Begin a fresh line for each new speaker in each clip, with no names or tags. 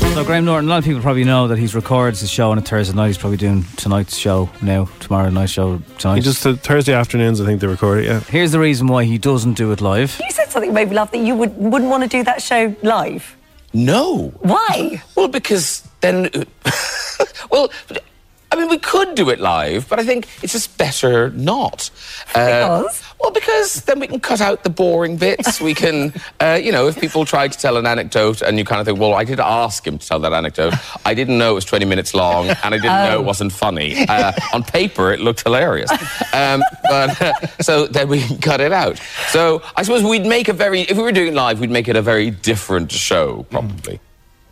So Graham Norton, a lot of people probably know that he's records his show on a Thursday night. He's probably doing tonight's show now, tomorrow night's show tonight.
You just uh, Thursday afternoons, I think they record it. Yeah,
Here's the reason why he doesn't do it live.
You said something made me laugh that you would, wouldn't want to do that show live.
No.
Why?
Well, because then. uh, well, I mean, we could do it live, but I think it's just better not. Uh,
Because?
Well, because then we can cut out the boring bits. we can, uh, you know, if people try to tell an anecdote and you kind of think, well, I did ask him to tell that anecdote. I didn't know it was 20 minutes long and I didn't know it wasn't funny. Uh, on paper, it looked hilarious. Um, but so then we can cut it out. So I suppose we'd make a very, if we were doing it live, we'd make it a very different show, probably.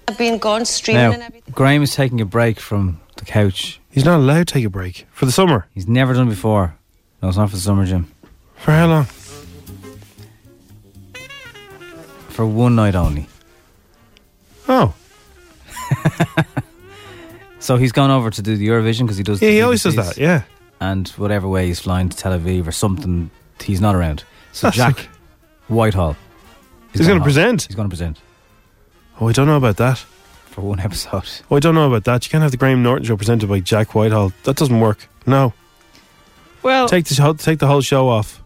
I've been gone streaming and
Now,
everything.
Graham is taking a break from the couch.
he's not allowed to take a break for the summer.
He's never done it before. No, it's not for the summer gym.
For how long?
For one night only.
Oh,
So he's gone over to do the Eurovision because he does.
yeah,
the
he always does
BBCs.
that. Yeah,
And whatever way he's flying to Tel Aviv or something, he's not around. So
That's
Jack
like-
Whitehall. is
He's gonna
on.
present?
He's going to present
oh, I don't know about that.
for one episode.
Oh, I don't know about that. You can't have the Graham Norton show presented by Jack Whitehall. That doesn't work. No,
Well,
take the show, take the whole show off.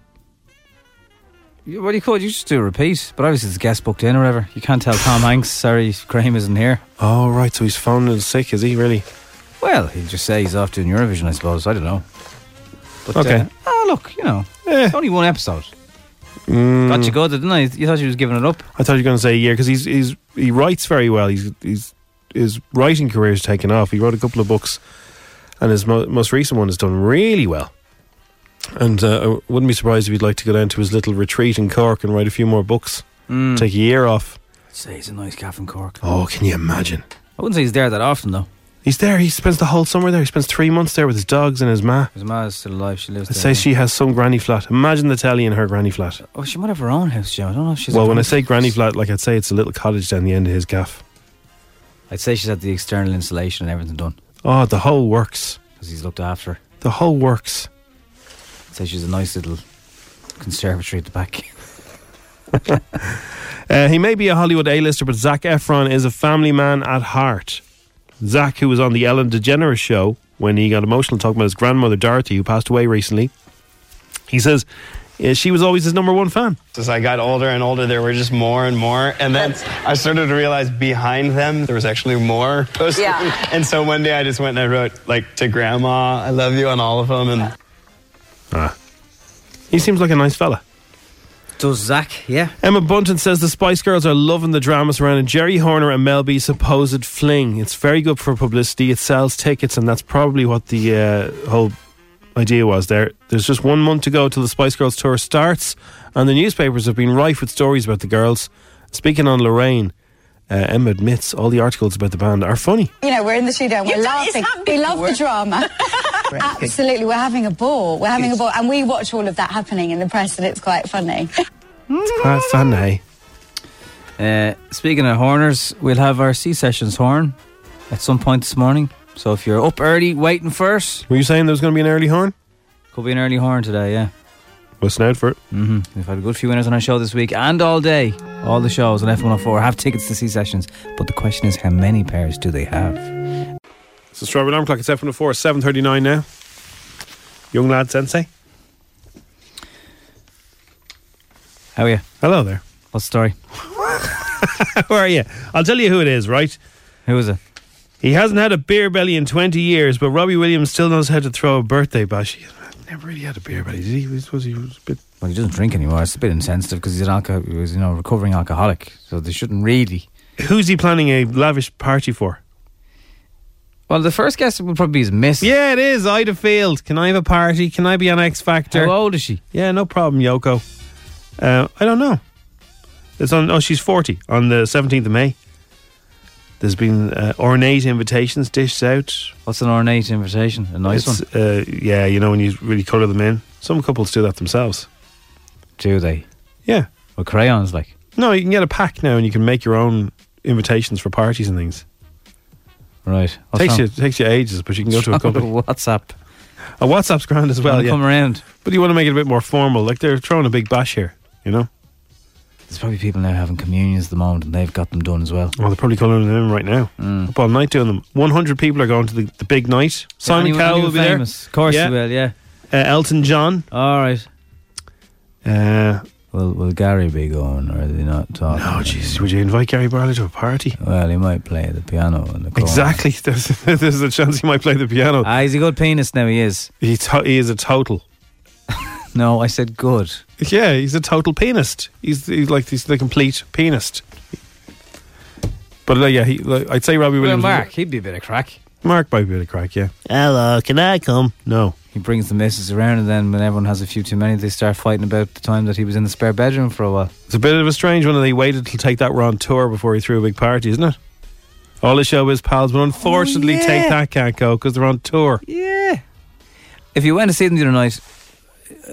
You- What do you call it? You just do a repeat. But obviously, it's guest booked in or whatever. You can't tell Tom Hanks, sorry, Graham isn't here.
Oh right, so he's phoning in sick, is he really?
Well, he'll just say he's off doing Eurovision, I suppose. I don't know. But,
Okay.
Uh, ah, look, you know,
Eh.
it's only one episode.
Mm.
Got you good, didn't I? You thought you was giving it up.
I thought you were going to say a year because he's, he's he writes very well. He's he's his writing career is taken off. He wrote a couple of books, and his mo- most recent one has done really well. And uh, I wouldn't be surprised if he'd like to go down to his little retreat in Cork and write a few more books. Take a year off.
say he's a nice calf in Cork.
Oh, can you imagine?
I wouldn't say he's there that often, though.
He's there. He spends the whole summer there. He spends three months there with his dogs and his ma.
His ma is still alive. She lives
I'd
there.
say she has some granny flat. Imagine the telly in her granny flat.
Oh, she might have her own house, Joe. I don't know if she's.
well,
at
when I
home.
say granny flat, like I'd say it's a little cottage down the end of his gaff.
I'd say she's had the external insulation and everything done
Oh, the whole works.
because he's looked after her.
The whole works.
I'd say she's a nice little conservatory at the back.
Uh, he may be a Hollywood A-lister, but Zach Efron is a family man at heart. Zach, who was on the Ellen DeGeneres show when he got emotional talking about his grandmother Dorothy, who passed away recently, he says uh, she was always his number one fan.
As I got older and older, there were just more and more. And then I started to realize behind them, there was actually more.
Yeah.
And so one day I just went and I wrote, like, to grandma, I love you on all of them. And
Ah. He seems like a nice fella.
Does Zach? Yeah.
Emma Bunton says the Spice Girls are loving the drama surrounding Jerry Horner and Mel B's supposed fling. It's very good for publicity. It sells tickets, and that's probably what the uh, whole idea was there. There's just one month to go till the Spice Girls tour starts, and the newspapers have been rife with stories about the girls. Speaking on Lorraine, uh, Emma admits all the articles about the band are funny.
You know, we're in the studio and we're laughing. We love the drama. Absolutely, we're having a ball. We're having a ball, and we watch all of that happening in the press, and it's quite funny.
It's quite fun, eh?
Uh, speaking of horners, we'll have our C sessions horn at some point this morning. So if you're up early waiting for it,
Were you saying there was going to be an early horn?
could be an early horn today. Yeah, Mm-hmm.
Listen out for it.
we've had a good few winners on our show this week and all day. All the shows on F104 have tickets to C sessions, but the question is, how many pairs do they have?
It's a strawberry alarm clock. It's F104, 7.39 now. Young lad sensei.
How are you?
Hello there.
What's the story?
How are you? I'll tell you who it is, right?
Who is it?
He hasn't had a beer belly in 20 years, but Robbie Williams still knows how to throw a birthday bash. He never really had a beer belly, did he? Was, was he was a bit.
Well, he doesn't drink anymore. It's a bit insensitive because he's an alcohol, he was, you know, recovering alcoholic. So they shouldn't really.
Who's he planning a lavish party for?
Well, the first guess would probably be his miss.
Yeah, it is. Ida Field. Can I have a party? Can I be on X Factor?
How old is she?
Yeah, no problem, Yoko. Uh, I don't know. It's on. Oh, she's forty on the seventeenth of May. There's been uh, ornate invitations dished out.
What's an ornate invitation? A nice
It's,
one.
Uh, yeah, you know when you really colour them in. Some couples do that themselves.
Do they?
Yeah.
With crayons, like.
No, you can get a pack now, and you can make your own invitations for parties and things.
Right. What's
takes
wrong-
you takes you ages, but you can go to a
what's wrong
company.
with WhatsApp.
A WhatsApp's grand as well.
Well,
Yeah.
come around.
But you want to make it a bit more formal. Like they're throwing a big bash here, you know?
There's probably people now having communions at the moment, and they've got them done as well.
Well, they're probably calling them in right now. Up all night doing them. 100 people are going to the, the big night. Simon
anyone-
Cowell will
anyone
be
famous.
there.
Of course
yeah.
he will. Yeah.
Uh, Elton John.
All right.
Uh,
Will Will Gary be going, or are they not talking?
oh, jeez. Would you invite Gary Barlow to a party?
Well, he might play the piano in the corner.
Exactly. There's, there's a chance he might play the piano.
Ah, he's a good pianist now. He is.
He, to- he is a total.
No, I said good.
Yeah, he's a total pianist. He's, he's like he's the complete pianist. But uh, yeah, he, like, I'd say Robbie
Well,
Williams.
Mark, he'd be a bit of crack.
Mark might be a crack, yeah. Hello, can I come? No.
He brings the missus around, and then when everyone has a few too many, they start fighting about the time that he was in the spare bedroom for a while.
It's a bit of a strange one, and they waited till Take That were on tour before he threw a big party, isn't it? All the showbiz pals, but unfortunately,
Oh, yeah.
Take That can't go because they're on tour.
Yeah. If you went to see them the other night,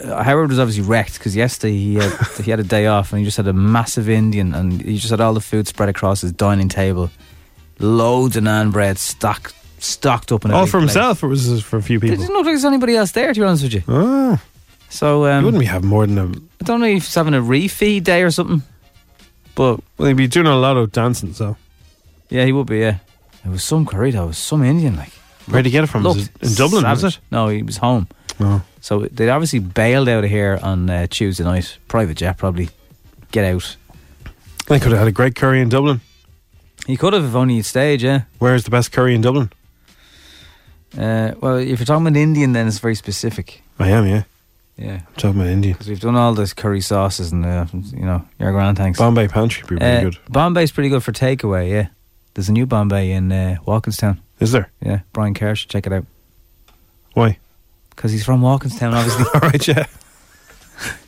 uh, Howard was obviously wrecked because yesterday he had, he had a day off and he just had a massive Indian and he just had all the food spread across his dining table, loads of naan bread stocked stocked up in a
All
big
for
plate.
himself, or was this for a few
It
people?
didn't look like there's anybody else there, to be honest with you.
Oh,
So
you
um,
wouldn't be having more than a.
I don't know if he's having a refeed day or something, but
Well, they'd be doing a lot of dancing, so.
yeah, he would be. Yeah, it was some curry though. It was some Indian like.
Where'd he get it from? Was
Looked
it in Dublin, was Oh.
savage.
it?
No, he was home.
No.
So they obviously bailed out of here on uh, Tuesday night. Private jet, probably. Get out.
They could have had a great curry in Dublin.
He could have if only he'd stayed, yeah.
Where's the best curry in Dublin?
Uh, well, if you're talking about Indian, then it's very specific.
I am, yeah.
Yeah.
I'm talking about Indian.
Because we've done all those curry sauces and, uh, you know, your grand thanks.
Bombay Pantry would be really
Uh,
good.
Bombay's pretty good for takeaway, yeah. There's a new Bombay in uh, Walkinstown.
Is there?
Yeah, Brian Kerr should check it out.
Why?
Because he's from Walkinstown, obviously.
All right, yeah.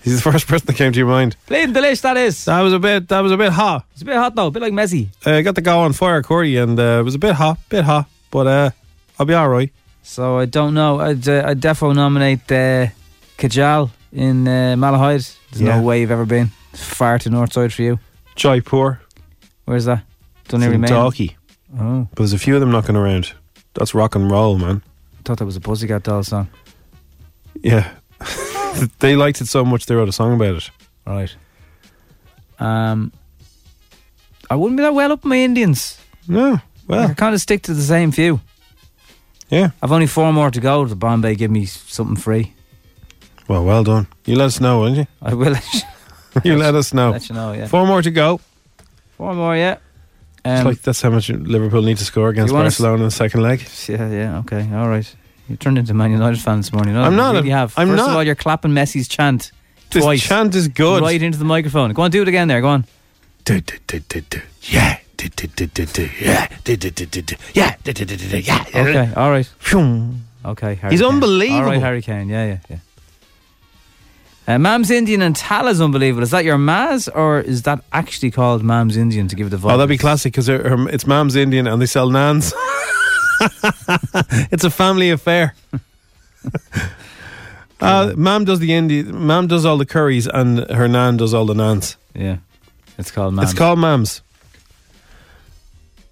He's the first person that came to your mind.
Plain delish, that is.
That was a bit. That was a bit hot.
It's a bit hot, though. A bit like Messi.
uh, got the guy on fire, Corey, and uh, it was a bit hot, bit hot, but uh, I'll be all right.
So I don't know. I'd, uh, I'd defo nominate uh, Kajal in uh, Malahide. There's
Yeah.
no way you've ever been. It's far to Northside for you.
Jaipur,
Where's that?
it's
Dunleary
in
Main.
Dalkey.
Oh,
But there's a few of them knocking around. That's rock and roll, man.
I thought that was a Pussycat Doll song.
Yeah, they liked it so much they wrote a song about it.
Right. Um, I wouldn't be that well up on my Indians.
No,
I
well,
kind of stick to the same few.
yeah,
I've only four more to go to Bombay. Give me something free.
well, well done. You let us know, will not
I will let you,
you? You let us know.
let you know. Yeah,
Four more to go.
four more. Yeah.
It's
Um,
like that's how much Liverpool need to score against
you wanna s-
Barcelona in the second leg.
Yeah, yeah, okay, all right. You turned into a Man United fan this morning.
I'm
you
not,
Really
I'm-
have.
I'm
First of
not.
all, you're clapping Messi's chant
This
twice.
chant is good.
Right into the microphone. Go on, do it again. There. Go on.
Du- du- du- du- du. Yeah. Du- du- du- du- du. Yeah. Du- du- du- du- du. Yeah. Du- du- du- du- du. Yeah.
Okay. All right.
Phew.
Okay. Harry
He's
Kane.
unbelievable.
All right, Harry Kane. Yeah, yeah, yeah. Uh, Mam's Indian and Tala's unbelievable. Is that your Maz or is that actually called Mam's Indian to give it the voice?
Oh, that'd be classic because it's Mam's Indian and they sell nans. it's a family affair. uh, Mam does the Indi- Mam does all the curries and her nan does all the nans.
Yeah. It's called Mam's.
It's called Mam's.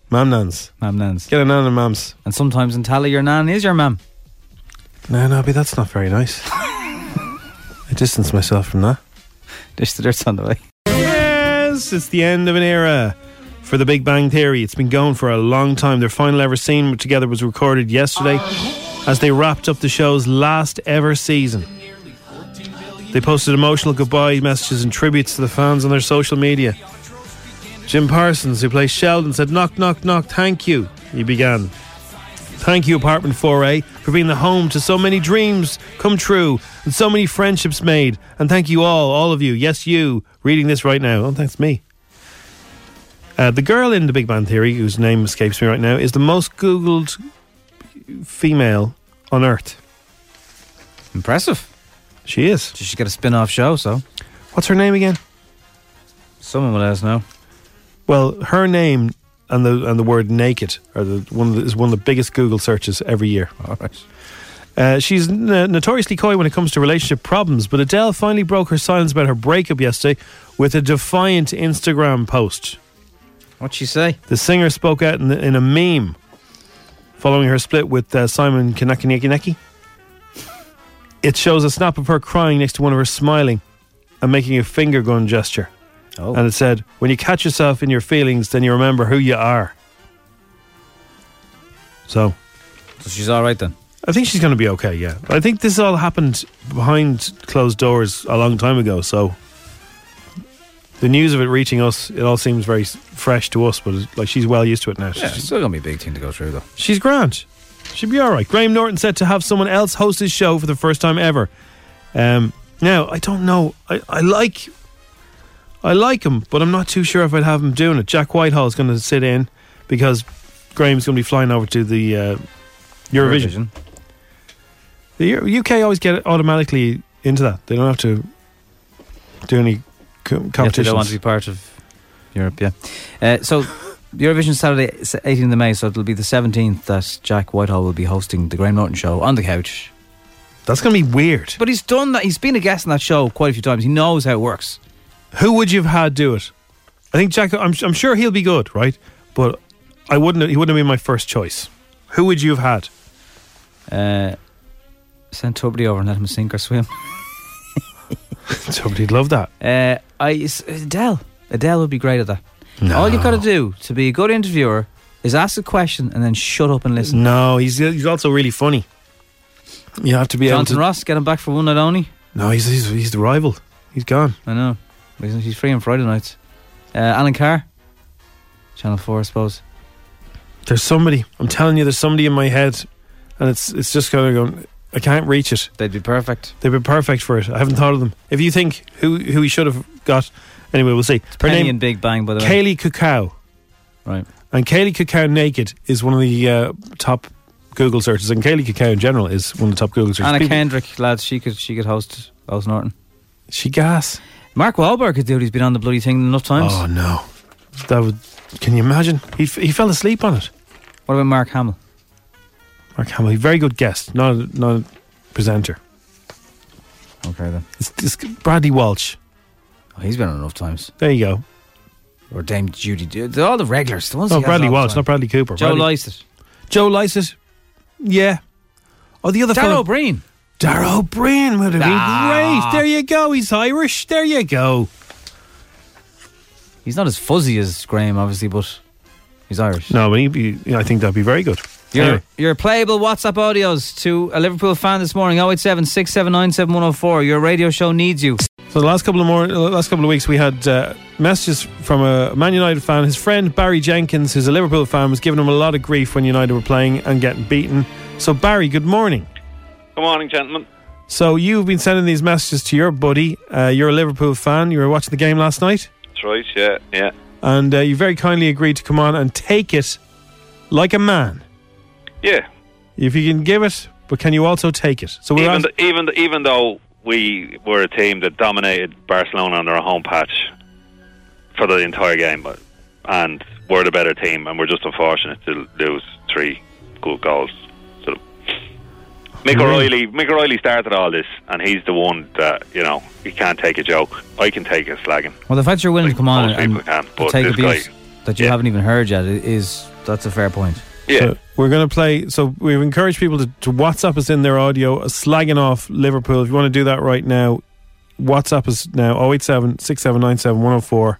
Mam nans.
Mam Nan's.
Get a nan and Mam's.
And sometimes in Tala, your Nan is your Mam.
No, no, but that's not very nice. I distance myself from that.
Dish the dirt's on the way.
Yes, it's the end of an era for the Big Bang Theory. It's been going for a long time. Their final ever scene together was recorded yesterday as they wrapped up the show's last ever season. They posted emotional goodbye messages and tributes to the fans on their social media. Jim Parsons, who plays Sheldon, said, Knock, knock, knock, thank you. He began. Thank you, Apartment 4A, for being the home to so many dreams come true and so many friendships made. And thank you all, all of you, yes, you, reading this right now. Oh, thanks, me. Uh, the girl in The Big Bang Theory, whose name escapes me right now, is the most Googled female on Earth.
Impressive.
She is.
She's got a spin off show, so.
What's her name again?
Someone will let us know.
Well, her name and the and the word naked are the one of the, is one of the biggest Google searches every year.
All right.
Uh, she's n- notoriously coy when it comes to relationship problems, but Adele finally broke her silence about her breakup yesterday with a defiant Instagram post.
What'd she say?
The singer spoke out in, the, in a meme following her split with uh, Simon Kanakiniakineki. It shows a snap of her crying next to one of her smiling and making a finger gun gesture.
Oh.
And it said, When you catch yourself in your feelings, then you remember who you are. So,
So she's all right then.
I think she's going to be okay, yeah. I think this all happened behind closed doors a long time ago, so the news of it reaching us, it all seems very s- fresh to us, but like she's well used to it now.
Yeah,
She's-
she's still going to be a big thing to go through, though.
She's grand. She'll be all right. Graham Norton said to have someone else host his show for the first time ever. Um, now I don't know. I, I like, I like him, but I'm not too sure if I'd have him doing it. Jack Whitehall's going to sit in because Graham's going to be flying over to the uh, Eurovision. The U- UK always get it automatically into that. They don't have to do any
Yeah,
co-
if they
competitions.
don't want to be part of Europe, yeah. Uh, so, Eurovision Saturday, s- 18th of May, so it'll be the 17th that Jack Whitehall will be hosting the Graham Norton show on the couch.
That's going to be weird.
But he's done that. He's been a guest on that show quite a few times. He knows how it works.
Who would you have had do it? I think Jack. I'm, I'm sure he'll be good, right? But I wouldn't. He wouldn't have been my first choice. Who would you have had?
Uh, send Tuberty over and let him sink or swim.
Somebody'd love that.
Uh, I it's Adele. Adele would be great at that. All you've got to do to be a good interviewer is ask a question and then shut up and listen.
No, he's he's also really funny. You have to be
Jonathan
able
Ross, get him back for one night only.
to. No, he's, he's he's the rival. He's gone.
I know. He's he's free on Friday nights. Uh, Alan Carr, Channel 4, I suppose.
There's somebody. I'm telling you, there's somebody in my head, and it's it's just kind of going. I can't reach it.
They'd be perfect.
They've been perfect for it. I haven't thought of them. If you think who who he should have got, anyway, we'll see. Her
Penny
name
and Big Bang, by the way.
Kaylee Cacao.
Right.
And Kaylee Cacao naked is one of the uh, top Google searches, and Kaylee Cacao in general is one of the top Google searches.
Anna
People-
Kendrick, lads, she could she could host Oz Norton.
She gas.
Mark Wahlberg could do it. He's been on the bloody thing enough times.
Oh no, that would. Can you imagine? He f- he fell asleep on it.
What about Mark Hamill?
Mark Hamill, very good guest, not a, not a presenter.
Okay, then.
It's, it's Bradley Walsh.
Oh, he's been on enough times.
There you go.
Or Dame Judy. They're all the regulars. The ones
Oh,
he has
Bradley
all the
Walsh,
time.
not Bradley Cooper.
Joe
Bradley-
Lysett.
Joe Lysett. Yeah. Oh, the other
Darrow
fellow.
Breen.
Darrow O'Brien would have
Ah.
been great. There you go. He's Irish. There you go.
He's not as fuzzy as Graham, obviously, but he's Irish.
No, but he'd be, yeah, I think that'd be very good.
Your,
Anyway.
your playable WhatsApp audios to a Liverpool fan this morning 087 679 7104. Your radio show needs you.
So the last couple of more, uh, last couple of weeks, we had uh, messages from a Man United fan. His friend Barry Jenkins, who's a Liverpool fan, was giving him a lot of grief when United were playing and getting beaten. So Barry, good morning.
Good morning, gentlemen.
So you've been sending these messages to your buddy. Uh, you're a Liverpool fan. You were watching the game last night,
That's right, yeah, yeah.
and uh, you very kindly agreed to come on and take it like a man.
Yeah.
If you can give it, but can you also take it? So we're
Even,
on.
th- even, th- even though we were a team that dominated Barcelona on their home patch for the entire game, but, and we're the better team, and we're just unfortunate to lose three good goals. So, Mick
Really?
O'Reilly, Mick O'Reilly started all this, and he's the one that you know he can't take a joke. I can take a slagging.
Well, the fact you're willing to come on
most
and,
people can't,
and
but
take
this
abuse
guy-
that you
yeah.
haven't even heard yet i- is that's a fair point.
Yeah,
So we're going to play. So we've encouraged people to, to WhatsApp us in their audio, uh, slagging off Liverpool. If you want to do that right now, WhatsApp us now 087 6797 104.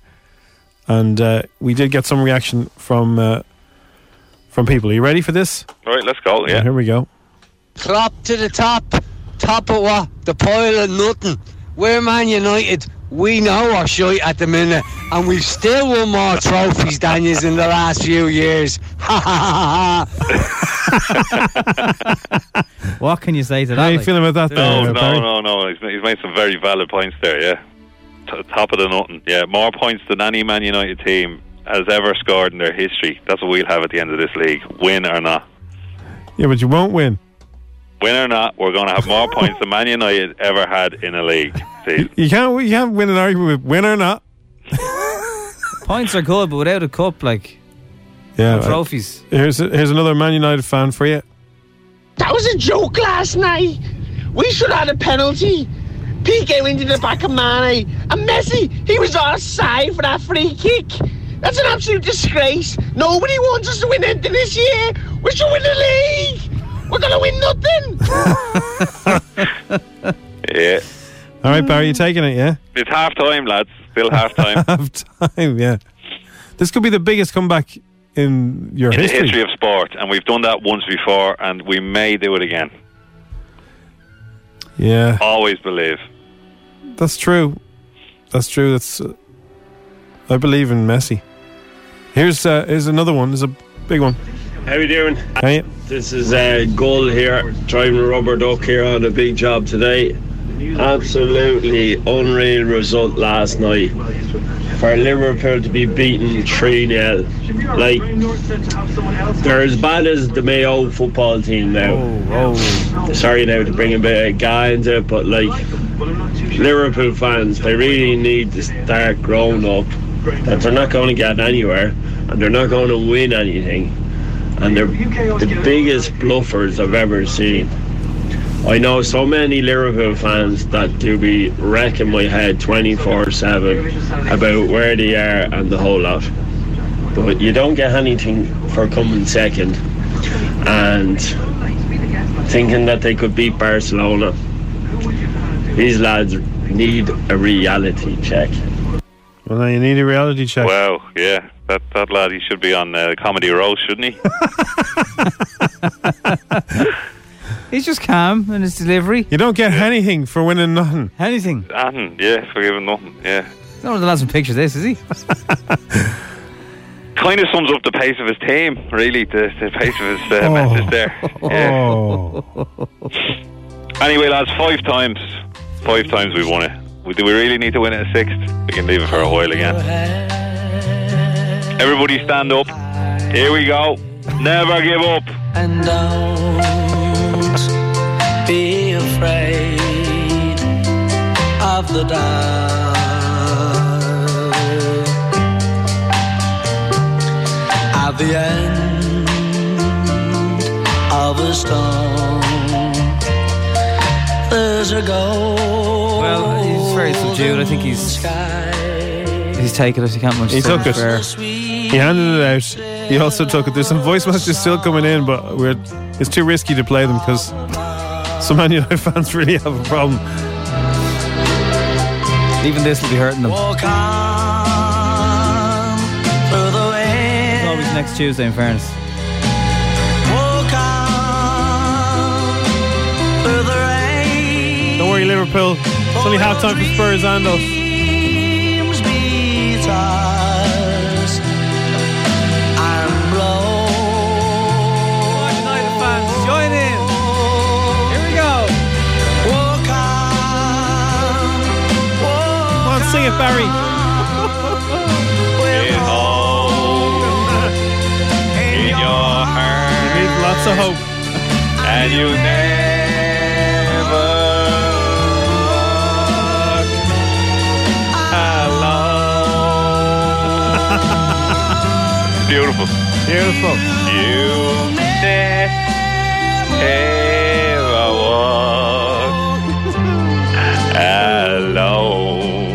And uh, we did get some reaction from uh, from people. Are you ready for this?
all right, let's go. Yeah,
Here we go.
Clap to the top. Top of what? The pile of nothing. We're Man United. we know our shite at the minute, and we've still won more trophies, Daniels, in the last few years. Ha ha ha ha!
What can you say to that?
How you
like?
feeling about that,
No, no, no, no. He's made, he's made some very valid points there. Yeah, T- top of the nothing. Yeah, more points than any Man United team has ever scored in their history. That's what we'll have at the end of this league, win or not.
Yeah, but you won't win.
Win or not, we're going to have more points than Man United ever had in a league. See,
You can't. You can't win an argument with win or not.
Points are good, but without a cup, like
Yeah.
and trophies.
Here's here's another Man United fan for you.
That was a joke last night. We should have had a penalty. PK went into the back of Mane. And Messi, he was offside for that free kick. That's an absolute disgrace. Nobody wants us to win anything this year. We should win the league. We're going to win nothing.
yeah,
All right, Barry, you taking it? Yeah.
it's half time, lads. Still half time.
Half time. Yeah. This could be the biggest comeback in your
in
history.
the history of sport, and we've done that once before, and we may do it again.
yeah.
Always believe.
That's true. That's true. That's. Uh, I believe in Messi. Here's uh, here's another one. There's a big one.
How you doing?
Hey.
This is uh, Gull here, driving a rubber duck here on a big job today. Absolutely unreal result last night. For Liverpool to be beaten 3 0. Like, they're as bad as the Mayo football team now. Sorry now to bring a bit of guy into it, but like, Liverpool fans, they really need to start growing up that they're not going to get anywhere and they're not going to win anything and they're the biggest bluffers I've ever seen. I know so many Liverpool fans that do be wrecking my head 24 7 about where they are and the whole lot. But you don't get anything for coming second and thinking that they could beat Barcelona. These lads need a reality check.
Well, now you need a reality check.
Wow, yeah, that that lad he should be on uh, comedy roast, shouldn't he?
He's just calm in his delivery.
You don't get anything for winning nothing.
Anything.
Nothing, yeah, forgive him nothing, yeah.
No, the lads will picture this, is he?
Kind of sums up the pace of his team, really. The, the pace of his uh, message there. Yeah.
Oh.
Anyway, lads, five times, five times we won it. We, do we really need to win it a sixth? We can leave it for a while again. Everybody stand up. Here we go. Never give up.
And don't be afraid of the dark. At the end of a storm, there's a gold.
Well, he's very subdued. I think he's he's taken us. He can't much.
He
say
took it.
fair.
He handed it out. He also took it. There's some voice messages still coming in, but we're it's too risky to play them because some Man United fans really have a problem.
Even this will be hurting them.
Walk on through the
It's
wind.
always next Tuesday, in fairness.
Walk on through the rain.
Don't worry, Liverpool. It's only half time for Spurs and us.
Dreams beat us and blow. United fans, join in. Here we go. Walk on. Walk
Come on, sing it, Barry.
In your heart.
Need lots of hope.
and you never walk alone. Beautiful.
Beautiful.
You never walk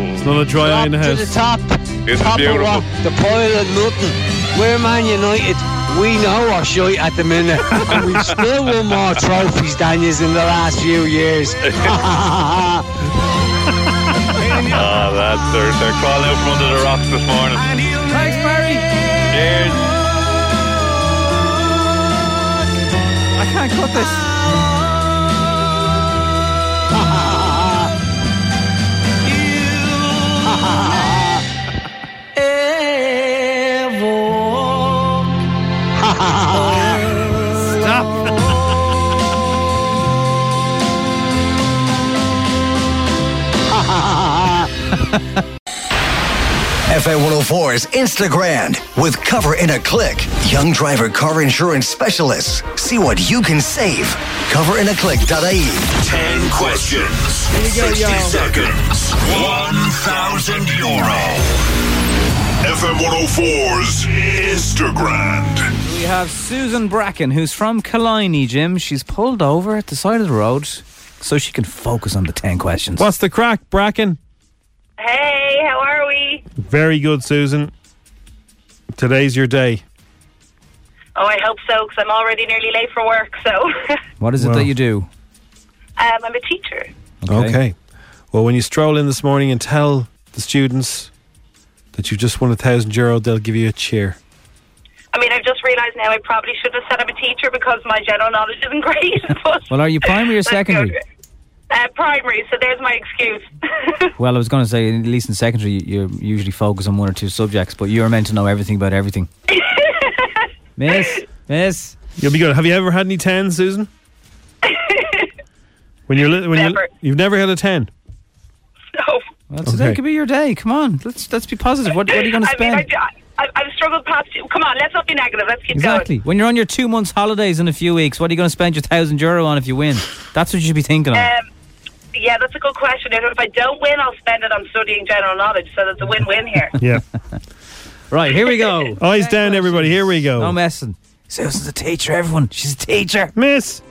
alone.
It's not a dry eye in the
To the
house.
top,
It's
top
beautiful.
of rock, the pile of nothing. We're Man United. We know our shite at the minute, and we've still won more trophies, Daniels, in the last few years.
Ah, that's they're, they're crawling out from under the rocks this morning.
Thanks, Barry.
Cheers.
I can't cut this.
You Stop.
FA104's Instagram with Cover in a Click. Young driver car insurance specialists. See what you can save. Coverinaclick.ie.
10 questions,
Here we go,
60
y'all.
seconds, 1,000 euro. FM 104's Instagram.
We have Susan Bracken, who's from Killiney, Jim. She's pulled over at the side of the road so she can focus on the 10 questions.
What's the crack, Bracken?
Hey, how are we?
Very good, Susan. Today's your day.
Oh, I hope so, because I'm already nearly late for work. So, um,
What is it that you do?
I'm a teacher.
Okay. Well, when you stroll in this morning and tell the students that you just won a thousand euro, they'll give you a cheer.
I mean, I've just realised now I probably should have said I'm a teacher because my general knowledge isn't great. but
Well, are you primary or
Let's go
secondary?
uh, primary, so there's my excuse.
Well, I was going to say, at least in secondary, you you usually focus on one or two subjects, but you're meant to know everything about everything. miss, miss.
You'll be good. Have you ever had any tens, Susan? When you're li- when
Never.
you you've never had a ten.
No.
Well, today
Okay.
could be your day. Come on, let's let's be positive. What, what are you going to
I mean,
spend?
I, I, I've struggled past you. Come on, let's not be negative. Let's keep going.
Exactly. When you're on your two months holidays in a few weeks, what are you going to spend your thousand euro on if you win? That's what you should be thinking of.
Um, yeah, that's a good question. And if I don't win, I'll spend it on studying general knowledge. So that's a win-win here.
Yeah.
right. Here we go.
Eyes down, everybody. Here we go.
No messing. Susan's a teacher. Everyone, she's a teacher.
Miss,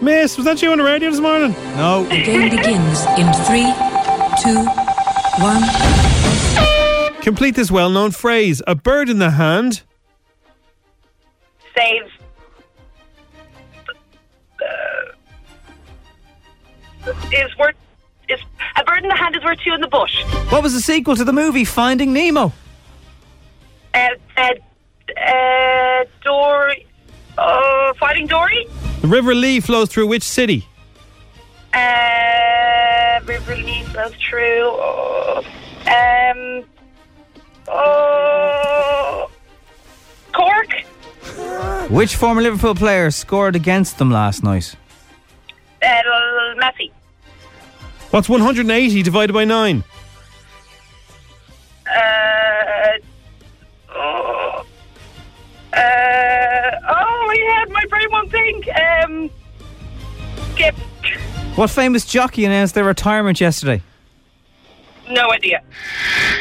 miss, was that you on the radio this morning?
No.
The game begins in three, two, one.
Complete this well-known phrase: "A bird in the hand."
Save. Uh, is worth is a bird in the hand is worth two in the bush.
What was the sequel to the movie Finding Nemo?
Uh, uh, uh, Dory. Uh, fighting Dory.
The River Lee flows through which city?
Uh, River Lee flows through. Oh, um. Oh. Cork.
Which former Liverpool player scored against them last night?
Uh, Messi.
What's 180 divided by nine?
Uh, oh, uh, oh, yeah, my brain won't think. Um, skip.
What famous jockey announced their retirement yesterday?
No idea.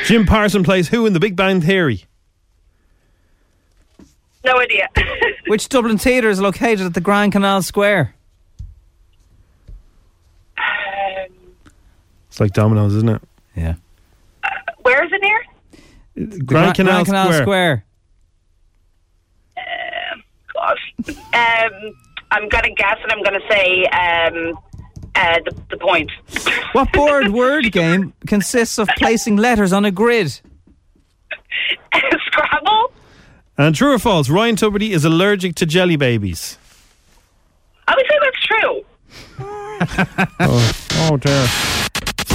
Jim Parson plays who in The Big Bang Theory?
No idea.
Which Dublin theatre is located at the Grand Canal Square?
It's like dominoes, isn't it?
Yeah.
Where is it near?
Grand,
Gra-
Canal,
Grand Canal
Square.
Square.
Gosh. Um, I'm going to guess and I'm going to say um, uh, the, the point.
What board word game consists of placing letters on a grid?
Scrabble?
And true or false, Ryan Tuberty is allergic to jelly babies.
I would say that's true.
oh, oh dear.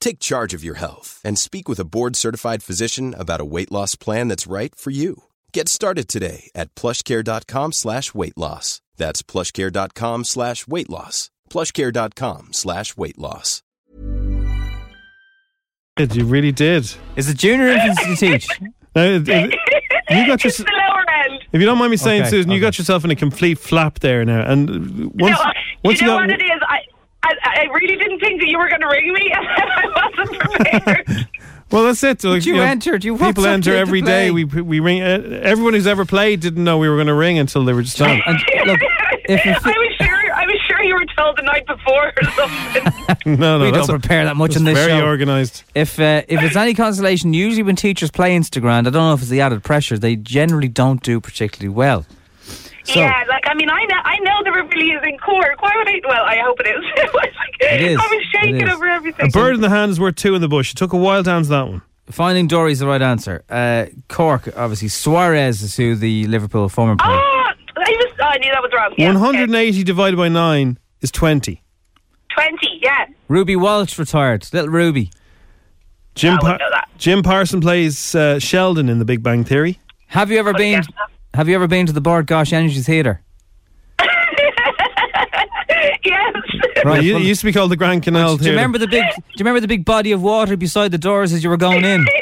Take charge of your health and speak with a board-certified physician about a weight loss plan that's right for you. Get started today at plushcare.com slash weight loss. That's plushcare.com slash weight loss. Plushcare.com slash weight loss.
Did You really did.
Is it junior infants you teach?
Now, it- it- you got your,
It's the lower end.
if you don't mind me saying,
Okay,
Susan, you got yourself in a complete flap there now. And uh, once,
no,
once
you know
got,
what it is? I, I, I really didn't think that you were going to ring me. I wasn't prepared.
Well, that's it. Like,
you entered. You
people
WhatsApped
enter
me to
every
play.
day. We we ring. Uh, everyone who's ever played didn't know we were going to ring until they were just on.
I was sure. I was sure you were told the night before. Or something.
no, no,
we don't
that's a-
prepare that much in this
that's very
show.
organised.
If uh, if it's any consolation, usually when teachers play Instagram, I don't know if it's the added pressure. They generally don't do particularly well. So
yeah, like I mean, I know, I know the Rivoli is in Cork. Why would I? Well, I hope it is. It was like-
It is.
I was
It
shaking
is.
over everything.
A bird in the hand is worth two in the bush. It took a while to answer that one.
finding Dory's the right answer. Uh, Cork, obviously Suarez is who the Liverpool former player.
Ah, I was. Oh, I knew that was wrong. Yeah.
One hundred and eighty divided by nine is twenty.
Twenty. Yeah.
Ruby Walsh retired. Little Ruby.
Jim Par- Jim Parson plays uh, Sheldon in The Big Bang Theory.
Have you ever been? Have you ever been to the Bord Gosh Energy Theatre?
yes.
Right, it used to be called the Grand Canal
Do you
Theatre.
remember the big? Do you remember the big body of water beside the doors as you were going in?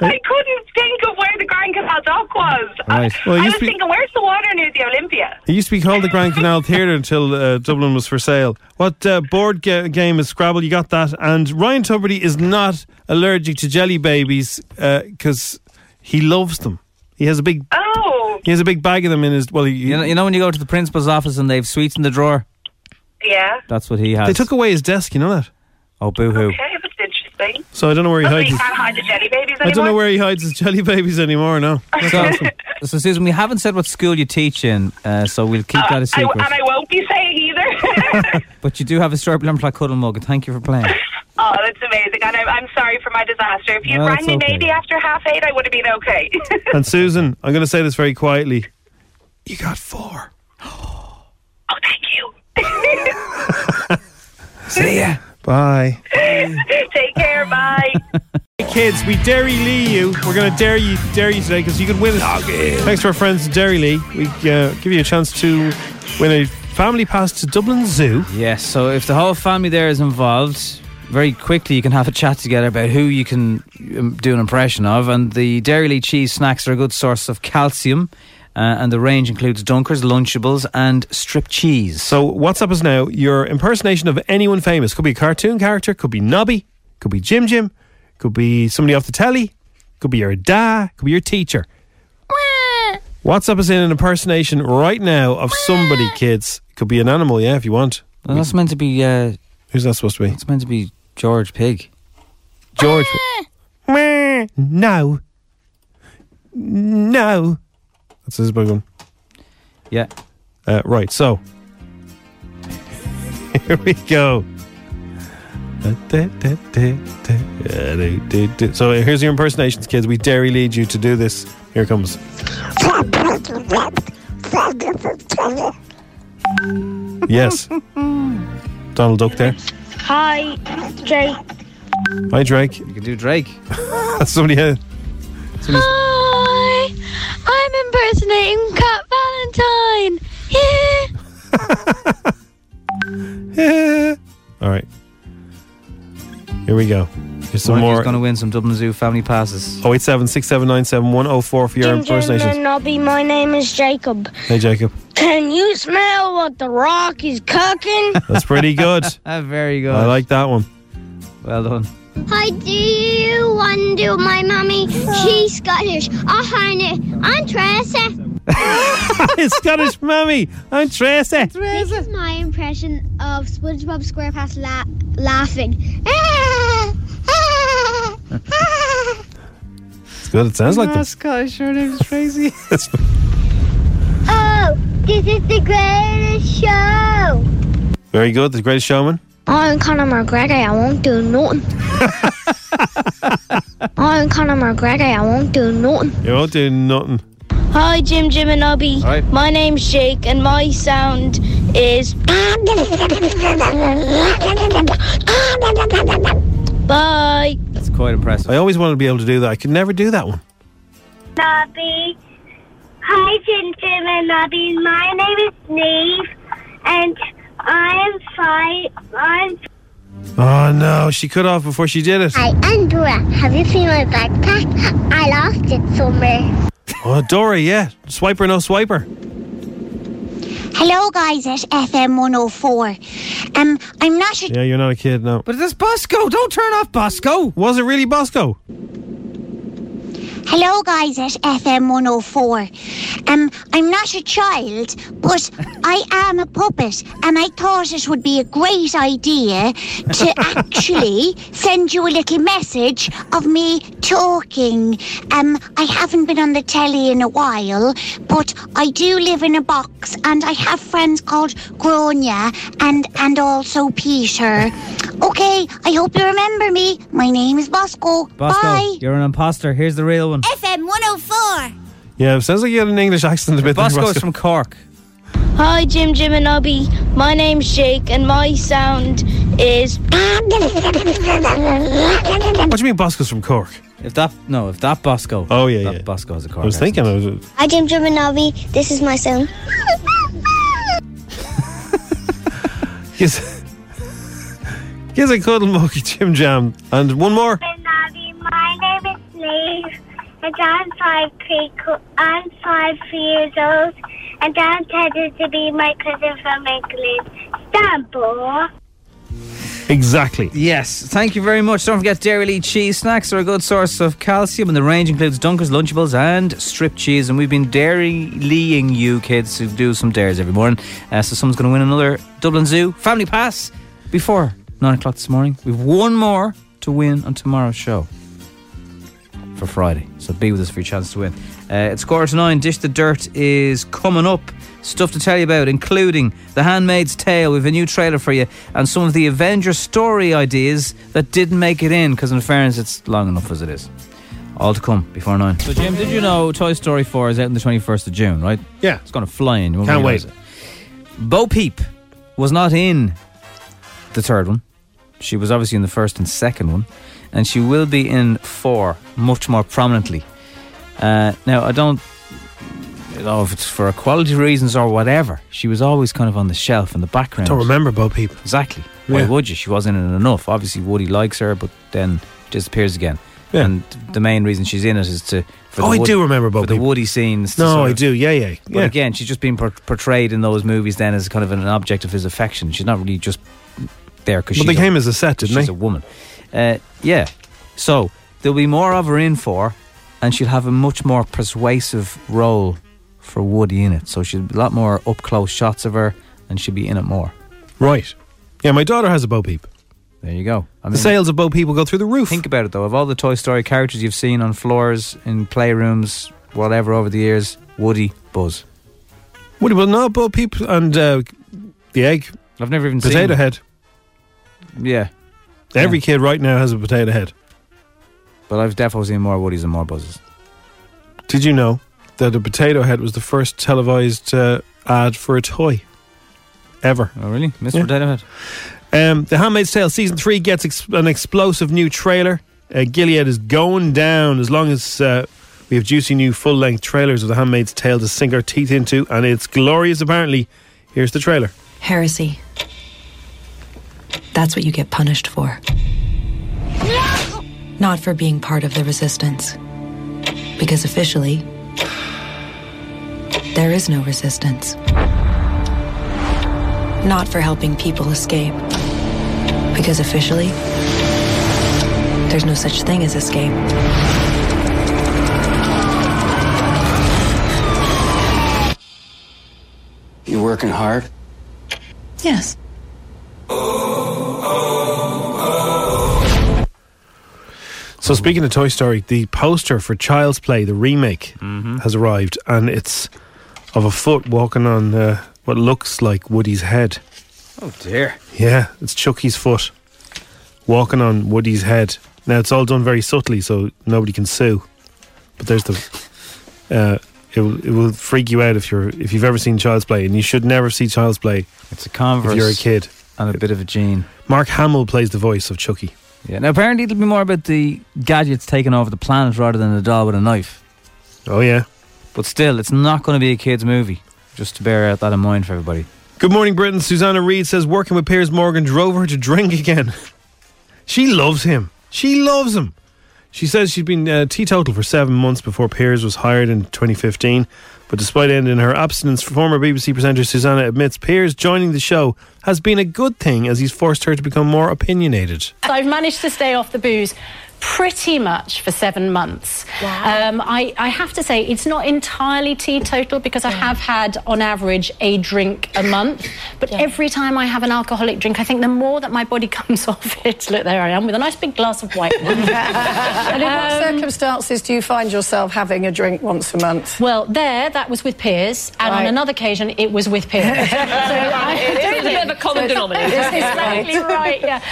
I couldn't think of where the Grand Canal Dock was.
Right. Well, it
I
used
was
to be-
thinking, where's the water near the Olympia?
It used to be called the Grand Canal Theatre until uh, Dublin was for sale. What uh, board ga- game is Scrabble? You got that. And Ryan Tuberty is not allergic to jelly babies because he loves them. He has a big
oh
he has a big bag of them in his well. He,
You know, you know when you go to the principal's office and they've sweets in the drawer.
Yeah.
That's what he has.
they took away his desk. You know that.
Oh boo hoo.
Okay, that's interesting.
So I don't know where he
Hopefully
hides.
you
His,
can't hide the jelly babies
I
anymore.
don't know where he hides his jelly babies anymore. No.
So, so Susan, we haven't said what school you teach in, uh, so we'll keep that a
I,
secret.
and I won't be saying either.
but you do have a Storpland Plaid Cuddle mug, and thank you for playing.
oh, that's amazing. And I'm, I'm sorry for my disaster. If you
No,
rang
that's
me
okay.
maybe after half eight, I would have been okay.
And Susan, I'm going to say this very quietly. You got four.
Oh,
See ya.
Bye.
Take care. Bye.
Hey, Kids, we dairy Lee you. We're going to dare you, dare you today because you could win it. Thanks to our friends at Dairy Lee, we uh, give you a chance to win a family pass to Dublin Zoo.
Yes, so if the whole family there is involved, very quickly you can have a chat together about who you can um, do an impression of. And the Dairy Lee cheese snacks are a good source of calcium, uh, and the range includes Dunkers, Lunchables, and strip cheese.
So WhatsApp us now your impersonation of anyone famous. Could be a cartoon character, could be Nobby, could be Jim Jim, could be somebody off the telly, could be your dad, could be your teacher. WhatsApp us in an impersonation right now of somebody, kids. Could be an animal, yeah, if you want.
Well, that's meant to be. Uh,
Who's that supposed to be?
It's meant to be George Pig.
George. no. No. That's his big one.
Yeah.
Uh, right, so. Here we go. So here's your impersonations, kids. We dare lead you to do this. Here it comes. Yes. Donald Duck there.
Hi, Jake.
Hi, Drake. You
can do Drake.
That's somebody else.
Hi, I'm impersonating Cat Valentine. Yeah.
Yeah. All right. Here we go. Here's some
Who's
more. Oh,
going to win some Dublin Zoo family passes?
087 for your impersonations.
Nobby, my name is Jacob.
Hey, Jacob.
Can you smell what the rock is cooking?
That's pretty good.
Ah, Very good.
I like that one.
Well done.
Hi, do you want to my mommy? She's Scottish. Oh, honey, I'm Tressa.
Scottish mummy. I'm Tracy.
This is my impression of SpongeBob SquarePants la- laughing.
It's good. It sounds like them.
Scottish, your name's Tracy.
It's-
oh, this is the greatest show.
Very good. The greatest showman.
I'm Oh, Conor McGregor, I won't do nothing. I'm Conor McGregor, I won't do nothing.
You won't do nothing.
Hi, Jim, Jim, and Obby.
Hi.
My name's Jake, and my sound is. Bye.
It's quite impressive. I always wanted to be able to do that. I could never do that one.
Nobby. Hi, Jim, Jim, and Nobby. My name is Neve, and I'm five. I'm.
Oh no, she cut off before she did it.
Hi, I'm Dora. Have you seen my backpack? I lost it somewhere.
Oh, Dora, yeah. Swiper, no swiper.
Hello, guys, it's FM 104. Um, I'm not sure.
Yeah, you're not a kid, no.
But this Bosco, don't turn off Bosco.
Was it really Bosco?
Hello, guys, it's FM 104. Um, I'm not a child, but I am a puppet, and I thought it would be a great idea to actually send you a little message of me talking. Um, I haven't been on the telly in a while, but I do live in a box, and I have friends called Gronya and and also Peter. Okay, I hope you remember me. My name is Bosco.
Bosco,
Bye.
you're an imposter. Here's the real one.
FM 104.
Yeah, it sounds like you had an English accent a bit.
Bosco's from Cork.
Hi, Jim, Jim, and Obby. My name's Jake, and my sound is.
What do you mean Bosco's from Cork?
If that no, if that Bosco.
Oh yeah,
that Bosco has a car.
I was thinking. I was,
Hi, Jim, Jim, and Obby. This is my sound.
yes. Here's a cuddle monkey Jim Jam. And one more.
My name is Neve, and I'm five, pre- I'm five years old, and I'm tended to be my cousin from England, Istanbul.
Exactly.
Yes. Thank you very much. Don't forget Dairy Lee cheese snacks are a good source of calcium, and the range includes Dunkers, Lunchables, and strip cheese. And we've been Dairy Leeing you kids who do some dares every morning. Uh, so someone's going to win another Dublin Zoo family pass before nine o'clock this morning. We've one more to win on tomorrow's show for Friday. So be with us for your chance to win. Uh, it's quarter to nine. Dish the Dirt is coming up. Stuff to tell you about, including The Handmaid's Tale. We have a new trailer for you and some of the Avenger story ideas that didn't make it in, because in fairness, it's long enough as it is. All to come before nine. So, Jim, did you know Toy Story 4 is out on the 21st of June, right?
Yeah.
It's going to fly in. You won't
Can't
realise
wait.
It. Bo Peep was not in the third one. She was obviously in the first and second one, and she will be in four much more prominently. Uh, now, I don't know if it's for equality reasons or whatever. She was always kind of on the shelf in the background.
Don't remember Bo Peep.
Exactly. Why
Yeah.
would you? She wasn't in it enough. Obviously, Woody likes her, but then disappears again.
Yeah.
And the main reason she's in it is to. For
Oh,
the
I
Wood-
do remember Bo
for the
Peep.
Woody scenes. to
No,
sort
I
of-
do. Yeah, yeah.
But
yeah.
again, she's just been por- portrayed in those movies then as kind of an object of his affection. She's not really just there because
But
she's
they
a-
came as a set, didn't
she's
they?
a woman. Uh, yeah. So there'll be more of her in for, and she'll have a much more persuasive role for Woody in it. So she'll be a lot more up close shots of her, and she'll be in it more.
Right. Yeah, my daughter has a Bo Peep.
There you go. I
The sales of Bo Peep will go through the roof.
Think about it though. Of all the Toy Story characters you've seen on floors, in playrooms, whatever over the years, Woody, Buzz.
Woody, well, no, Bo Peep and uh, the egg.
I've never even
potato
seen-
head.
Yeah.
Every kid right now has a potato head.
But I've definitely seen more Woodies and more Buzzes.
Did you know that a potato head was the first televised uh, ad for a toy ever?
Oh, really? Mr. Potato Head?
Um, the Handmaid's Tale season three gets ex- an explosive new trailer. Uh, Gilead is going down as long as uh, we have juicy new full length trailers of The Handmaid's Tale to sink our teeth into, and it's glorious. Apparently, here's the trailer.
Heresy. That's what you get punished for. Not for being part of the resistance. Because officially, there is no resistance. Not for helping people escape. Because officially, there's no such thing as escape.
You working hard?
Yes.
So, speaking of Toy Story, the poster for Child's Play, the remake, has arrived, and it's of a foot walking on uh, what looks like Woody's head.
Oh dear.
Yeah, it's Chucky's foot walking on Woody's head. Now it's all done very subtly, so nobody can sue. But there's the uh, it will it will freak you out if you're if you've ever seen Child's Play, and you should never see Child's Play.
It's a converse.
If you're a kid
and a bit of a gene.
Mark Hamill plays the voice of Chucky.
Yeah. Now apparently it'll be more about the gadgets taking over the planet rather than a doll with a knife.
Oh yeah.
But still, it's not going to be a kids' movie. Just to bear out that in mind for everybody.
Good morning, Britain. Susanna Reid says working with Piers Morgan drove her to drink again. she loves him. She loves him. She says she'd been uh, teetotal for seven months before Piers was hired in 2015. But despite ending her abstinence, former BBC presenter Susanna admits Piers joining the show has been a good thing as he's forced her to become more opinionated.
So I've managed to stay off the booze pretty much for seven months. Um, I, I have to say, it's not entirely teetotal because I have had, on average, a drink a month. But every time I have an alcoholic drink, I think the more that my body comes off it, look, there I am with a nice big glass of white Um, wine.
And uh, in what circumstances do you find yourself having a drink once a month?
Well, there, that was with Piers, and on
Right.
another occasion, it was with Piers. so I,
It is a bit of a common denominator.
That's exactly right, yeah.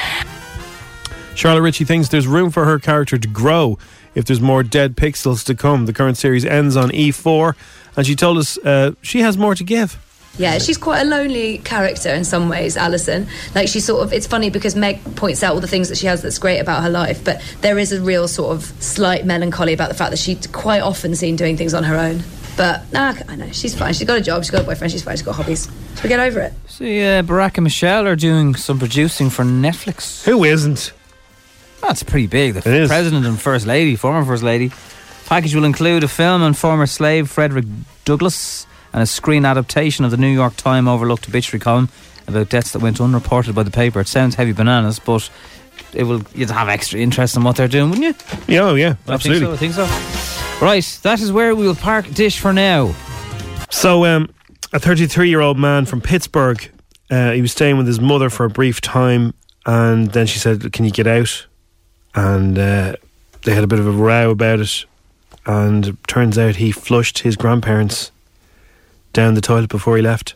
Charlotte Ritchie thinks there's room for her character to grow if there's more dead pixels to come. The current series ends on E4, and she told us uh, she has more to give.
Yeah, she's quite a lonely character in some ways, Alison. Like she sort of it's funny because Meg points out all the things that she has that's great about her life, but there is a real sort of slight melancholy about the fact that she's quite often seen doing things on her own. But nah, I know she's fine. She's got a job, she's got a boyfriend, she's fine, she's got hobbies. She'll get over it.
See, uh, Barack and Michelle are doing some producing for Netflix.
Who isn't?
That's pretty big. The president and first lady, former first lady. Package will include a film on former slave Frederick Douglass and a screen adaptation of the New York Times overlooked obituary column about deaths that went unreported by the paper. It sounds heavy bananas, but it will. You'd have extra interest in what they're doing, wouldn't you?
Yeah, oh, yeah,
I think
absolutely.
so, I think so. Right, that is where we will park dish for now.
So, um, a 33 year old man from Pittsburgh, uh, he was staying with his mother for a brief time, and then she said, Can you get out? And uh, they had a bit of a row about it, and it turns out he flushed his grandparents down the toilet before he left.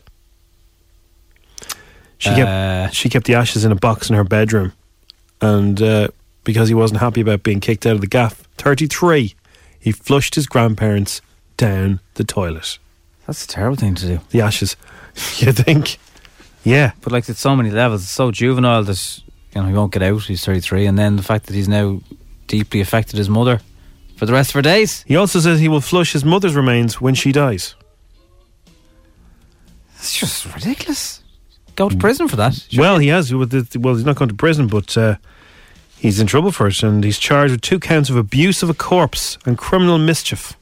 She kept she kept the ashes in a box in her bedroom, and uh, because he wasn't happy about being kicked out of the gaff, thirty three, he flushed his grandparents down the toilet.
That's a terrible thing to do.
The ashes, you think? Yeah,
but like it's so many levels. It's so juvenile that you know he won't get out. He's thirty three, and then the fact that he's now deeply affected his mother for the rest of her days.
He also says he will flush his mother's remains when she dies.
It's just ridiculous. Go to prison for that.
Well, he has. Well, the- well, he's not going to prison, but uh, he's in trouble for it, and he's charged with two counts of abuse of a corpse and criminal mischief.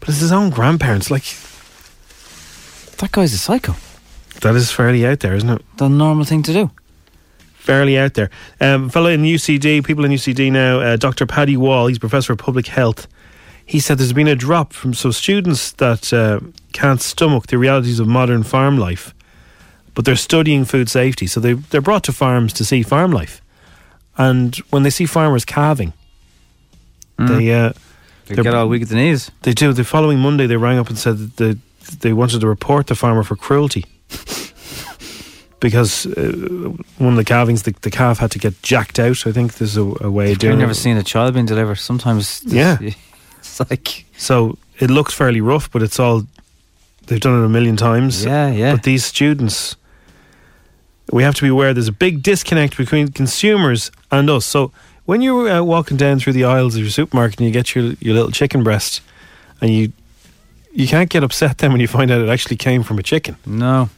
But it's his own grandparents. Like
that guy's a psycho.
That is fairly out there, isn't it?
The normal thing to do.
Fairly out there. Um, fellow in UCD, people in UCD now, uh, Dr. Paddy Wall, he's professor of public health. He said there's been a drop from some students that uh, can't stomach the realities of modern farm life, but they're studying food safety. So they, they're brought to farms to see farm life. And when they see farmers calving, they uh,
Mm-hmm. They get all weak at the knees.
They do. The following Monday, they rang up and said that they, they wanted to report the farmer for cruelty because uh, one of the calvings, the, the calf had to get jacked out. I think there's a, a way of doing.
I've never
it.
seen a child being delivered. Sometimes, this-
Yeah.
it's like
So it looks fairly rough, but it's all they've done it a million times. Yeah, yeah. But these students, we have to be aware. There's a big disconnect between consumers and us. So when you're uh, walking down through the aisles of your supermarket and you get your your little chicken breast, and you you can't get upset then when you find out it actually came from a chicken.
No.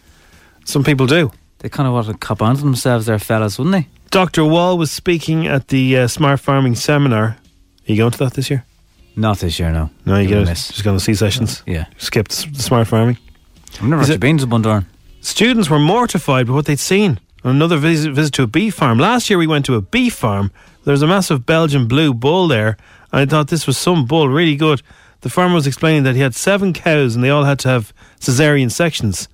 Some people do.
They kind of want to cop onto themselves, their fellas, wouldn't they?
Dr. Wall was speaking at the uh, Smart Farming Seminar. Are you going to that this year?
Not this year, no.
No, you
Give it a
get it.
miss.
Just going to see sessions.
Yeah.
Skipped s- Smart Farming.
I've never actually been to Bundoran.
Students were mortified by what they'd seen on another visit, visit to a bee farm. Last year we went to a bee farm. There was a massive Belgian blue bull there, and I thought this was some bull, really good. The farmer was explaining that he had seven cows and they all had to have cesarean sections.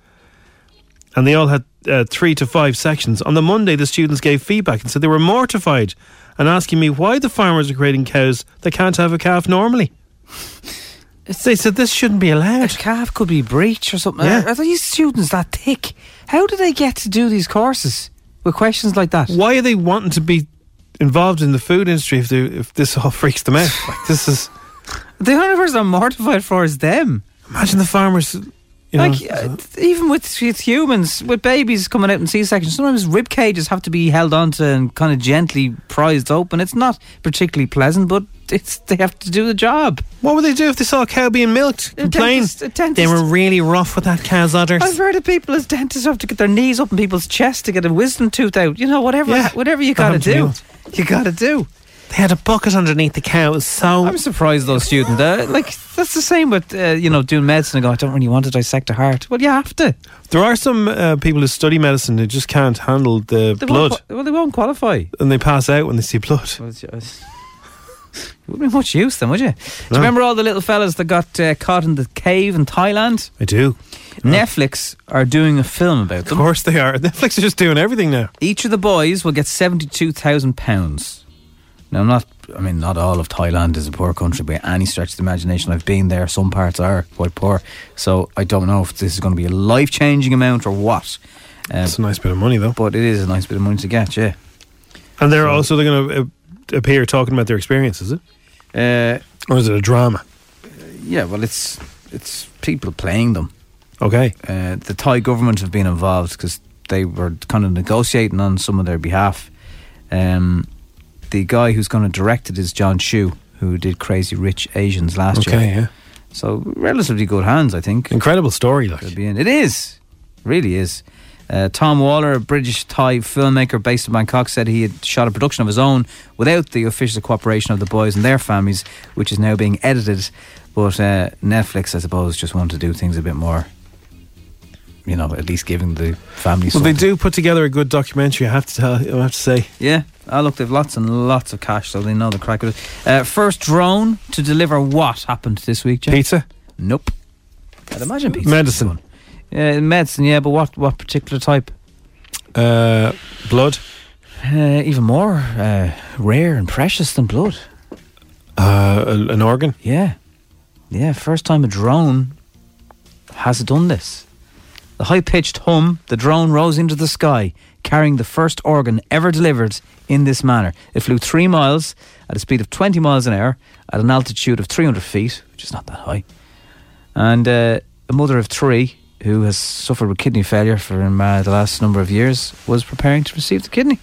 And they all had uh, three to five sections. On the Monday, the students gave feedback and said they were mortified and asking me why the farmers are creating cows that can't have a calf normally. they said this shouldn't be allowed. A
calf could be breech or something. Are these students that thick? How do they get to do these courses with questions like that?
Why are they wanting to be involved in the food industry if, they, if this all freaks them out? Like, this is.
The only person I'm mortified for is them.
Imagine the farmers. You know,
like uh, even with, with humans, with babies coming out in C sections, sometimes rib cages have to be held onto and kind of gently prized open. It's not particularly pleasant, but it's they have to do the job.
What would they do if they saw a cow being milked? Complain.
dentist- a dentist-
They were really rough with that cow's udders.
I've heard of people as dentists have to get their knees up in people's chests to get a wisdom tooth out. You know, whatever,
Yeah.
whatever you
That
got to
happened to me
do,
once.
you got to do.
They had a bucket underneath the cow. It was so.
I'm surprised those students. Uh, like that's the same with uh, you know doing medicine. and go, I don't really want to dissect a heart. Well, you have to.
There are some uh, people who study medicine who just can't handle the
They
blood,
Won't, qua- well, they won't qualify.
and they pass out when they see blood.
It wouldn't be much use then, would you? Do you
No.
remember all the little fellas that got uh, caught in the cave in Thailand?
I do.
Netflix are doing a film about them.
Of course they are. Netflix are just doing everything now.
Each of the boys will get seventy-two thousand pounds. Now, I'm not. I mean, not all of Thailand is a poor country by any stretch of the imagination. I've been there. Some parts are quite poor, so I don't know if this is going to be a life-changing amount or what. Um,
It's a nice bit of money, though.
But it is a nice bit of money to get. Yeah.
And they're also they're going to appear talking about their experience, is it? Uh, or is it a drama?
Yeah, well, it's it's people playing them.
Okay.
Uh, the Thai government have been involved because they were kind of negotiating on some of their behalf. Um, the guy who's going to direct it is John Chu, who did Crazy Rich Asians last year.
Okay, yeah.
So relatively good hands, I think.
Incredible story, like
Could be in- it is, really is. Uh, Tom Waller, a British Thai filmmaker based in Bangkok, said he had shot a production of his own without the official cooperation of the boys and their families, which is now being edited. But uh, Netflix, I suppose, just wanted to do things a bit more, you know, at least giving the families.
Well, they
something.
do put together a good documentary. I have to tell. I have to say.
Yeah. Oh, look, they've lots and lots of cash, so they know the crack with it. Uh, first drone to deliver what happened this week, Jack?
Pizza?
Nope. I'd imagine pizza.
Medicine.
Yeah, medicine, yeah, but what, what particular type?
Uh, blood.
Uh, even more uh, rare and precious than blood.
Uh, a- an organ.
Yeah. Yeah, first time a drone has done this. The high pitched hum, the drone rose into the sky, carrying the first organ ever delivered in this manner. It flew three miles at a speed of 20 miles an hour at an altitude of 300 feet, which is not that high. And uh, a mother of three who has suffered with kidney failure for um, uh, the last number of years was preparing to receive the kidney.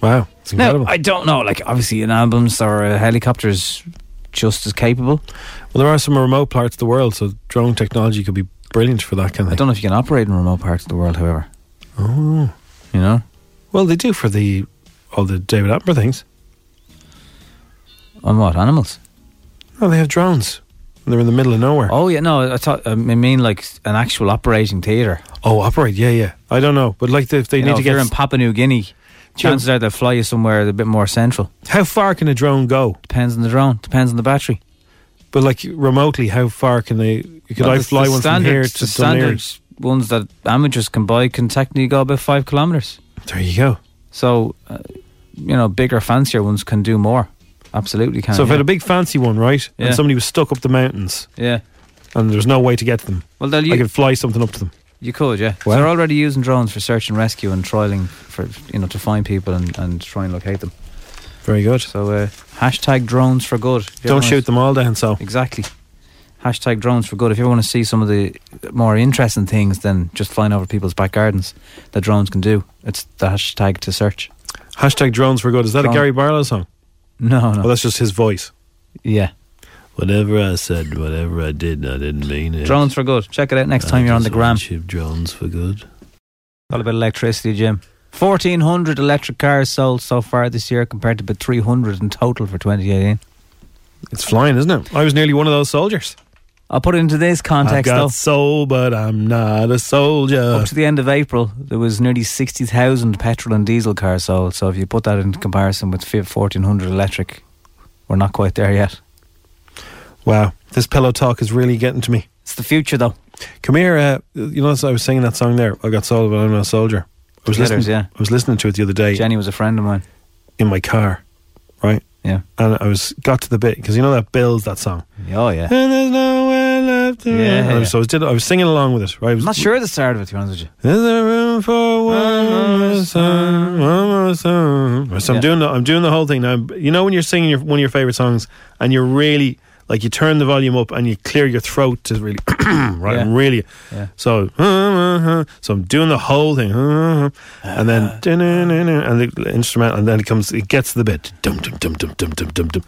Wow, it's incredible.
Now, I don't know. Like, obviously, an ambulance or a helicopter is just as capable.
well, there are some remote parts of the world, so drone technology could be brilliant for that kind
I
of thing.
don't know if you can operate in remote parts of the world, however.
Oh,
You know?
well, they do for the all the David Attenborough things.
On what? Animals?
Oh, they have drones. And they're in the middle of nowhere.
Oh, yeah. No, I thought, I mean, like an actual operating theatre.
Oh, operate. Yeah, yeah. I don't know, but like if they
You
need
know,
to
if
get
you're in Papua New Guinea, chances are they'll fly you somewhere a bit more central.
How far can a drone go?
Depends on the drone, depends on the battery.
But like remotely, how far can they? Could
Well,
I
the-
fly
the
one
standard-
from here
the
to Dunleary?
standard ones that amateurs can buy can technically go about five kilometres.
There you go.
So, uh, you know, bigger, fancier ones can do more. Absolutely can.
so if
yeah.
I had a big fancy one, right,
Yeah.
and somebody was stuck up the mountains,
Yeah.
and there's no way to get to them,
Well, they'll
I
u-
could fly something up to them.
you could, yeah. So They're already using drones for search and rescue and trialing for you know to find people and, and try and locate them.
Very good.
So uh, hashtag drones for good. If you
don't
ever wanna-
shoot them all down. So
Exactly. Hashtag drones for good. If you want to see some of the more interesting things than just flying over people's back gardens that drones can do, it's the hashtag to search.
hashtag drones for good. Is that
Drone.
a Gary Barlow song?
No, no.
Well, that's just his voice.
yeah.
Whatever I said, whatever I did, I didn't mean it.
Drones for good. Check it out next time you're on the gram.
drones for good.
All about electricity, Jim. 1,400 electric cars sold so far this year compared to about 300 in total for 2018.
It's flying, isn't it? I was nearly one of those soldiers.
I'll put it into this
I've
context,
got
though.
soul, but I'm not a soldier.
Up to the end of April, there was nearly 60,000 petrol and diesel cars sold. So if you put that in comparison with fi- 1,400 electric, we're not quite there yet.
Wow, this pillow talk is really getting to me.
It's the future, though.
Come here, uh, you know, I was singing that song there. I got sold, but I'm not a soldier. I was
Letters,
listening.
yeah.
I was listening to it the other day
Jenny was a friend of mine.
in my car, right?
Yeah.
And I was got to the bit because you know that Bill's that song.
Oh, yeah.
And there's nowhere left to
Yeah,
run. And I
yeah.
was- So I was, did, I was singing along with it, right? I was,
I'm not sure of the start of it, to be honest with you.
There's a room Time for one more song, one more song. So I'm doing the I'm doing the whole thing now. You know when you're singing your, one of your favorite songs and you're really like you turn the volume up and you clear your throat to really right and really so so I'm doing the whole thing and then and the instrument and then it comes it gets to the bit dum dum dum dum dum dum dum dum.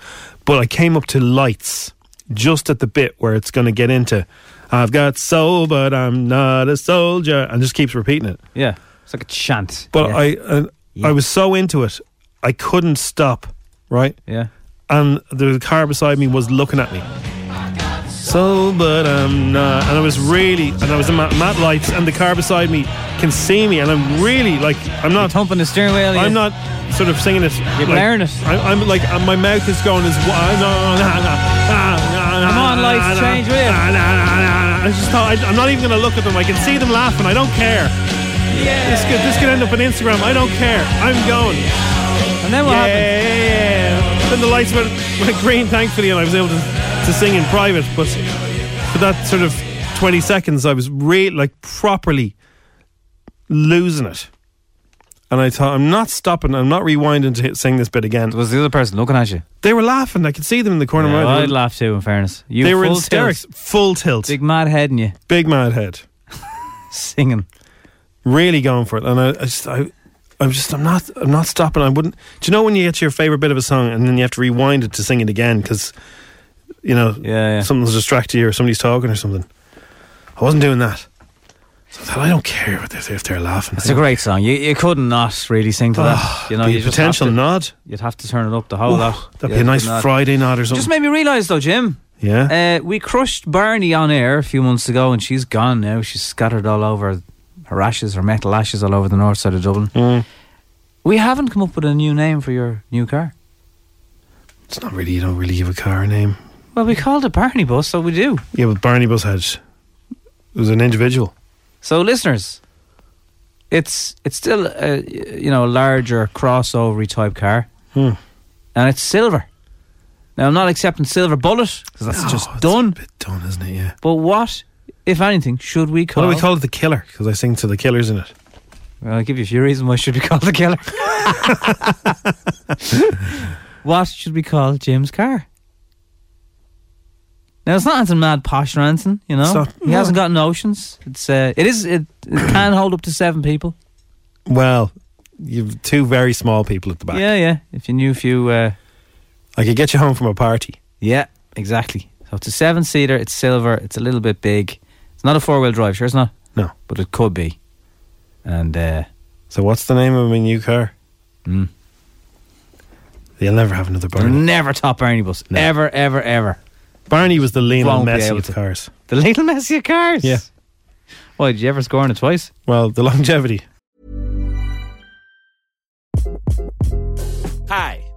But I came up to lights just at the bit where it's going to get into. I've got soul, but I'm not a soldier, and just keeps repeating it.
Yeah, it's like a chant.
But
Yeah.
I, and I was so into it, I couldn't stop. Right?
Yeah.
And the car beside me was looking at me. So, but I'm not. And I was really, and I was in mat, mat lights, and the car beside me can see me, and I'm really like, I'm not
pumping the steering wheel.
I'm not sort of singing it. You're
blaring it.
I, I'm like, uh, my mouth is going as well. No, no, no, no, no,
Come on, lights, change, will you?
I just thought I, I'm not even going to look at them. I can see them laughing. I don't care. This could this could end up on Instagram. I don't care. I'm going.
And then what
yeah,
happened?
Yeah, yeah. Then the lights went, went green, thankfully, and I was able to, to sing in private. But for that sort of 20 seconds, I was really like properly losing it. And I thought, I'm not stopping. I'm not rewinding to hit, sing this bit again.
Was the other person looking at you?
They were laughing. I could see them in the corner
Yeah,
of my eye.
I'd laugh too. In fairness, you
they were in
full
hysterics,
tilt,
full tilt,
big mad head in you,
big mad head,
singing.
really going for it. And I, I just, I, I'm just, I'm not, I'm not stopping. I wouldn't. Do you know when you get to your favorite bit of a song and then you have to rewind it to sing it again because, you know,
yeah.
something's distracted you or somebody's talking or something. I wasn't doing that. So I thought, I don't care what they're, if they're laughing.
It's a great song. You you could not really sing to that. You know,
be
you
a
just
Ah, potential
have to,
nod.
You'd have to turn it up the whole
Ooh,
lot.
That'd
Yeah,
be a nice
good nod.
Friday nod or something.
Just made me realise though, Jim.
yeah.
Uh, we crushed Barney on air a few months ago, and she's gone now. She's scattered all over her ashes, her metal ashes, all over the north side of Dublin.
Mm.
We haven't come up with a new name for your new car.
It's not really, you don't really give a car a name.
Well, we called it Barney Bus, so we do.
Yeah, but Barney Buzzhead was an individual.
So, listeners, it's it's still a, you know a larger crossover type car,
Hmm.
and it's silver. Now, I'm not accepting silver bullet because that's
No,
just
Oh, it's
done.
Done, isn't it? Yeah.
But what, if anything, should we call?
Why do we call it the killer? Because I sing to the killers in it.
Well, I'll give you a few reasons why it should be called the killer. what should we call Jim's car? Now it's not anything mad posh or anything, you know.
It's not-
he
no.
hasn't got notions. It's uh, it is it, it can hold up to seven people.
Well, you've two very small people at the back.
Yeah, yeah. If you knew a few, uh,
I could get you home from a party.
yeah, exactly. So it's a seven seater. It's silver. It's a little bit big. It's not a four wheel drive. Sure, it's not.
No.
but it could be. And uh,
So what's the name of my new car?
Mm.
You'll never have another
we'll
Barney.
never top Ernie Bus.
No.
Ever, ever, ever.
Barney was the Lionel
Hmm. Won't be
Messi
able
of
to.
cars.
The little messy of cars.
Yeah.
Why did you ever score on it twice?
Well, the longevity.
Hi,